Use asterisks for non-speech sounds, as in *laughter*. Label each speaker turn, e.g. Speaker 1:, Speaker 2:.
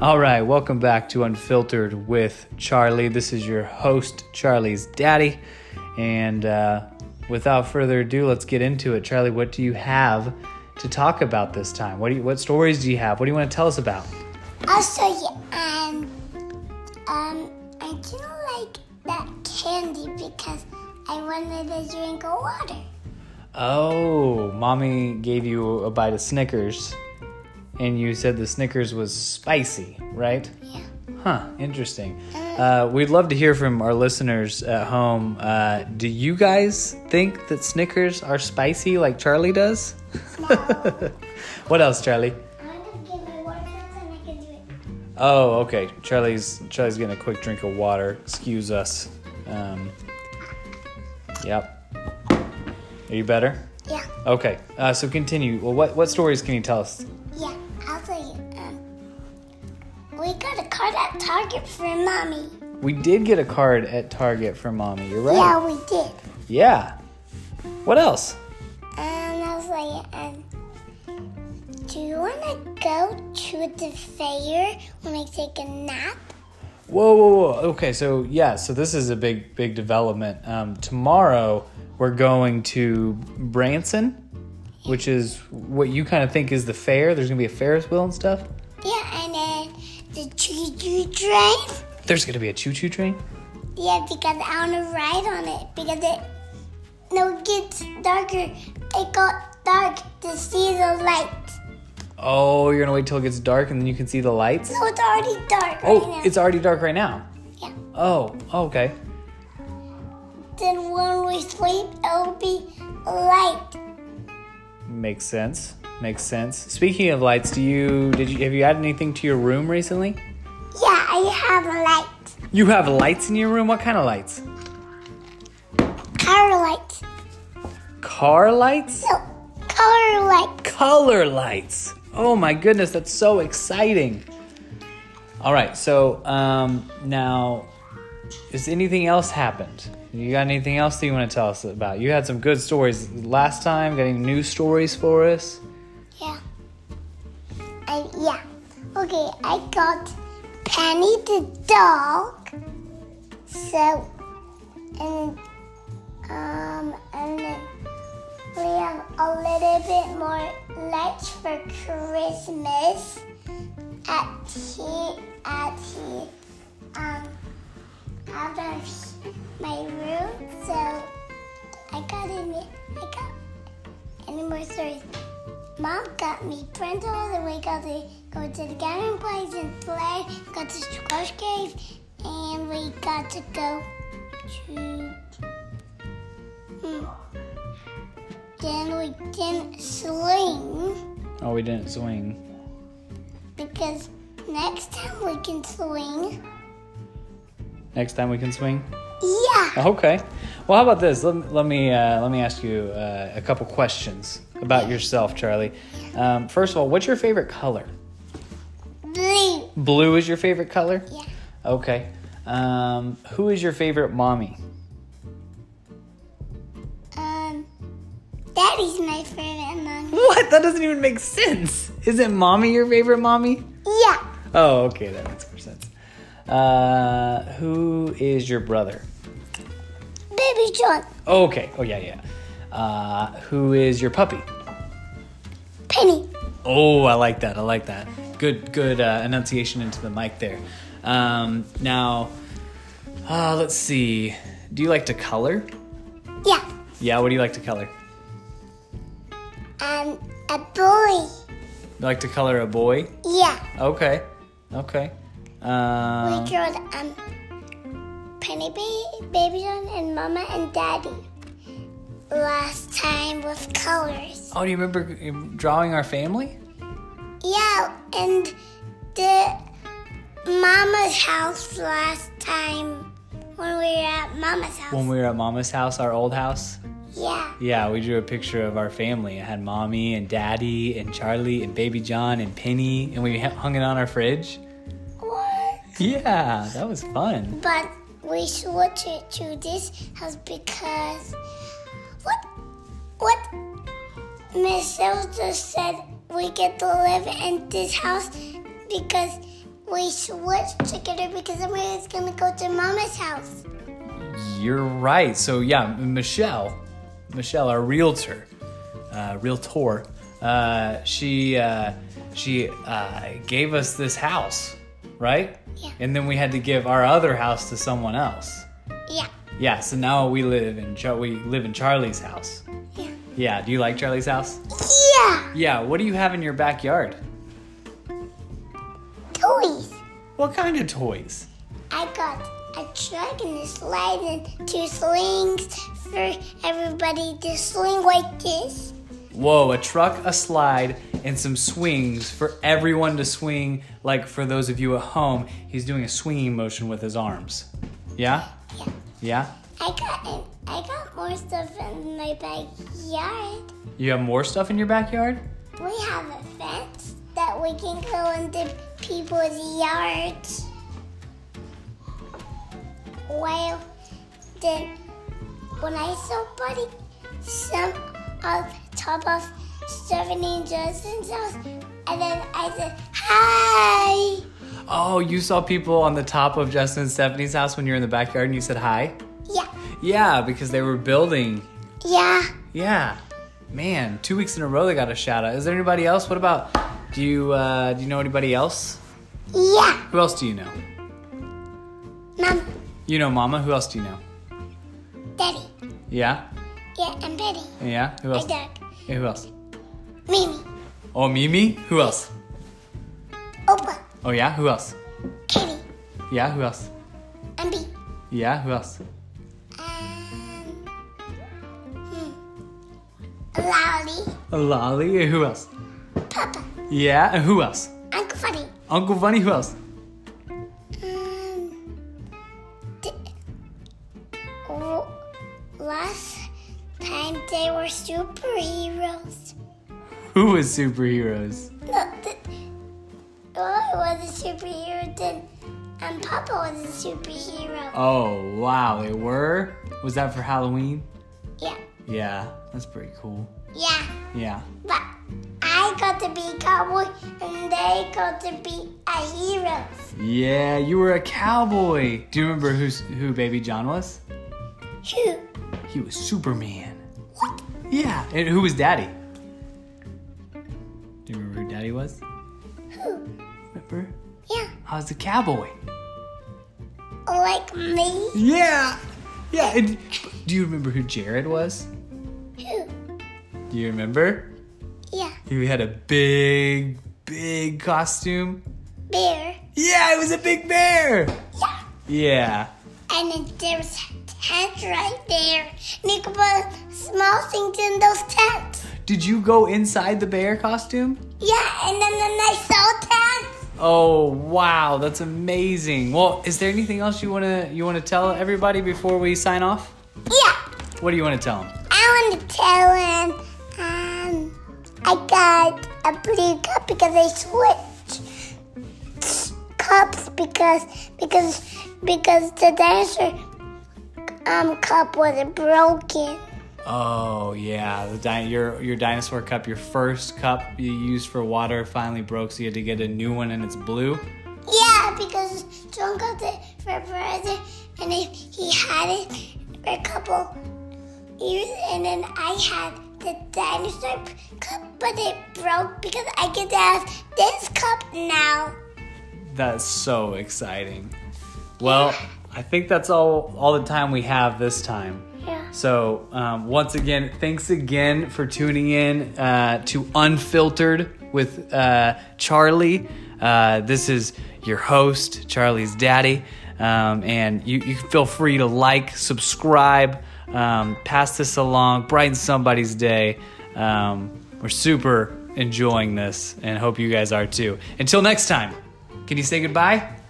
Speaker 1: All right, welcome back to Unfiltered with Charlie. This is your host, Charlie's daddy. And uh, without further ado, let's get into it. Charlie, what do you have to talk about this time? What, do you, what stories do you have? What do you want to tell us about?
Speaker 2: Also, yeah, um, um, I didn't like that candy because I wanted to drink a water.
Speaker 1: Oh, mommy gave you a bite of Snickers, and you said the Snickers was spicy, right?
Speaker 2: Yeah.
Speaker 1: Huh, interesting. Uh, we'd love to hear from our listeners at home. Uh, do you guys think that Snickers are spicy like Charlie does? *laughs* what else, Charlie?
Speaker 2: *laughs* I'm gonna give my water and I can do it.
Speaker 1: Oh, okay. Charlie's Charlie's getting a quick drink of water. Excuse us. Um, yep. Are you better?
Speaker 2: Yeah.
Speaker 1: Okay. Uh, so continue. Well, what what stories can you tell us?
Speaker 2: Yeah. Also, um, we got a card at Target for mommy.
Speaker 1: We did get a card at Target for mommy. You're right.
Speaker 2: Yeah, we did.
Speaker 1: Yeah. What else?
Speaker 2: And I was like, um, do you wanna go to the fair when I take a nap?
Speaker 1: Whoa, whoa, whoa. Okay, so yeah, so this is a big, big development. Um, tomorrow we're going to Branson, which is what you kind of think is the fair. There's gonna be a Ferris wheel and stuff.
Speaker 2: Yeah, and then the choo-choo train.
Speaker 1: There's gonna be a choo-choo train.
Speaker 2: Yeah, because I want to ride on it because it no it gets darker. It got dark to see the light.
Speaker 1: Oh, you're gonna wait till it gets dark and then you can see the lights.
Speaker 2: No, it's already dark right
Speaker 1: Oh,
Speaker 2: now.
Speaker 1: it's already dark right now.
Speaker 2: yeah.
Speaker 1: Oh, okay.
Speaker 2: Then when we sleep, it'll be light.
Speaker 1: Makes sense. Makes sense. Speaking of lights, do you did you have you added anything to your room recently?
Speaker 2: Yeah, I have a light.
Speaker 1: You have lights in your room. What kind of lights?
Speaker 2: Color light.
Speaker 1: Car lights?
Speaker 2: No, color light.
Speaker 1: Color lights. Oh my goodness, that's so exciting. All right, so um, now, has anything else happened? You got anything else that you want to tell us about? You had some good stories last time. Got any new stories for us?
Speaker 2: Yeah. I, yeah. Okay, I got Penny the dog. So, and um, and then we have a little bit more lights for Christmas at he at he um out of he- my room. So I got any I got any more stories. Mom got me printed all the way, got to go to the gathering place and play, got to squash cave, and we got to go to. Hmm. Then we didn't swing
Speaker 1: Oh, we didn't swing.
Speaker 2: because next time we can swing.
Speaker 1: Next time we can swing.
Speaker 2: Yeah.
Speaker 1: Okay. Well, how about this? Let, let me uh, let me ask you uh, a couple questions about yourself, Charlie. Um, first of all, what's your favorite color?
Speaker 2: Blue.
Speaker 1: Blue is your favorite color.
Speaker 2: Yeah.
Speaker 1: Okay. Um, who is your favorite mommy?
Speaker 2: Um. Daddy's my favorite among.
Speaker 1: What? That doesn't even make sense. Isn't mommy your favorite mommy?
Speaker 2: Yeah.
Speaker 1: Oh, okay, that makes more sense. Uh, who is your brother?
Speaker 2: Baby John.
Speaker 1: Okay. Oh yeah, yeah. Uh, who is your puppy?
Speaker 2: Penny.
Speaker 1: Oh, I like that. I like that. Good, good uh, enunciation into the mic there. Um, now, uh, let's see. Do you like to color?
Speaker 2: Yeah.
Speaker 1: Yeah. What do you like to color?
Speaker 2: Um. A boy.
Speaker 1: You like to color a boy?
Speaker 2: Yeah.
Speaker 1: Okay. Okay.
Speaker 2: We
Speaker 1: Um,
Speaker 2: drew um, Penny Baby, Baby John, and Mama and Daddy last time with colors.
Speaker 1: oh, do you remember drawing our family?
Speaker 2: Yeah, and the Mama's house last time when we were at Mama's house.
Speaker 1: When we were at Mama's house, our old house?
Speaker 2: yeah,
Speaker 1: Yeah, we drew a picture of our family. It had Mommy and Daddy and Charlie and Baby John and Penny, and we hung it on our fridge.
Speaker 2: what?
Speaker 1: Yeah, that was fun.
Speaker 2: But we switched it to this house because what what Miss Elsa said we get to live in this house because we switched together because I was gonna go to Mama's house.
Speaker 1: You're right. So yeah, M- Michelle, Michelle, our realtor, uh, realtor, uh, she uh, she uh, gave us this house, right?
Speaker 2: Yeah.
Speaker 1: And then we had to give our other house to someone else.
Speaker 2: Yeah,
Speaker 1: Yeah. So now we live in Char- we live in Charlie's house.
Speaker 2: yeah,
Speaker 1: Yeah. Do you like Charlie's house?
Speaker 2: yeah.
Speaker 1: Yeah. What do you have in your backyard?
Speaker 2: Toys.
Speaker 1: What kind of toys?
Speaker 2: I got a truck and a slide and two slings for everybody to sling like this.
Speaker 1: Whoa, a truck, a slide, and some swings for everyone to swing. Like for those of you at home, he's doing a swinging motion with his arms. Yeah?
Speaker 2: Yeah.
Speaker 1: Yeah?
Speaker 2: I got an, I got more stuff in my backyard.
Speaker 1: You have more stuff in your backyard?
Speaker 2: We have a fence that we can go into people's yards. Well, then when I saw Buddy, some of top of Stephanie Justin's house, and then I said, "Hi."
Speaker 1: Oh, you saw people on the top of Justin and Stephanie's house when you were in the backyard and you said hi?
Speaker 2: Yeah,
Speaker 1: Yeah, because they were building.
Speaker 2: yeah.
Speaker 1: Yeah. Man, two weeks in a row they got a shout out. Is there anybody else? What about do you uh, do you know anybody else?
Speaker 2: Yeah,
Speaker 1: Who else do you know?
Speaker 2: Mom,
Speaker 1: You know Mama, who else do you know?
Speaker 2: Daddy,
Speaker 1: Yeah?
Speaker 2: yeah, and Betty,
Speaker 1: Yeah? Who
Speaker 2: my
Speaker 1: else?
Speaker 2: dog,
Speaker 1: Yeah, who else?
Speaker 2: Mimi,
Speaker 1: Oh, Mimi? Who else?
Speaker 2: Opa,
Speaker 1: Oh, yeah? Who else?
Speaker 2: Katie,
Speaker 1: Yeah? Who else?
Speaker 2: and B,
Speaker 1: Yeah? Who else?
Speaker 2: and hmm, Lolly,
Speaker 1: Lolly? Who else?
Speaker 2: Papa,
Speaker 1: Yeah? And who else?
Speaker 2: Uncle Funny,
Speaker 1: Uncle Bunny? Who else?
Speaker 2: um, th- oh, last time they were superheroes.
Speaker 1: Who was superheroes?
Speaker 2: No, th- Lolly was a superhero, then and Papa was a superhero.
Speaker 1: Oh, wow. They were? Was that for Halloween?
Speaker 2: Yeah,
Speaker 1: Yeah. That's pretty cool.
Speaker 2: yeah.
Speaker 1: Yeah.
Speaker 2: But I got to be a cowboy and they got to be a hero.
Speaker 1: Yeah, you were a cowboy. Do you remember who's, who Baby John was?
Speaker 2: Who?
Speaker 1: He was Superman.
Speaker 2: What?
Speaker 1: Yeah. And who was Daddy? Do you remember who Daddy was?
Speaker 2: Who?
Speaker 1: Remember?
Speaker 2: Yeah.
Speaker 1: I was a cowboy.
Speaker 2: Like me?
Speaker 1: Yeah, yeah. and- do you remember who Jared was?
Speaker 2: Who?
Speaker 1: Do you remember?
Speaker 2: Yeah.
Speaker 1: He had a big, big costume.
Speaker 2: Bear.
Speaker 1: Yeah, it was a big bear.
Speaker 2: Yeah.
Speaker 1: Yeah,
Speaker 2: And then there's tent right there. And you can put small things in those tents.
Speaker 1: did you go inside the bear costume?
Speaker 2: Yeah, and then the nice old tents.
Speaker 1: Oh wow, that's amazing. Well, is there anything else you wanna you wanna tell everybody before we sign off?
Speaker 2: Yeah.
Speaker 1: What do you wanna tell them?
Speaker 2: I want to tell him um, I got a blue cup because I switched cups because because because the dinosaur um cup wasn't broken.
Speaker 1: Oh yeah, the di- your your dinosaur cup, your first cup you used for water finally broke, so you had to get a new one, and it's blue.
Speaker 2: Yeah, because John got it for a present, and if he had it for a couple years, and then I had the dinosaur cup, but it broke because I get to have this cup now.
Speaker 1: That's so exciting. Well, I think that's all all the time we have this time.
Speaker 2: Yeah.
Speaker 1: So um, once again, thanks again for tuning in uh, to Unfiltered with uh, Charlie. Uh, this is your host, Charlie's daddy, um, and you, you feel free to like, subscribe, um, pass this along, brighten somebody's day. Um, we're super enjoying this, and hope you guys are too. Until next time, can you say goodbye?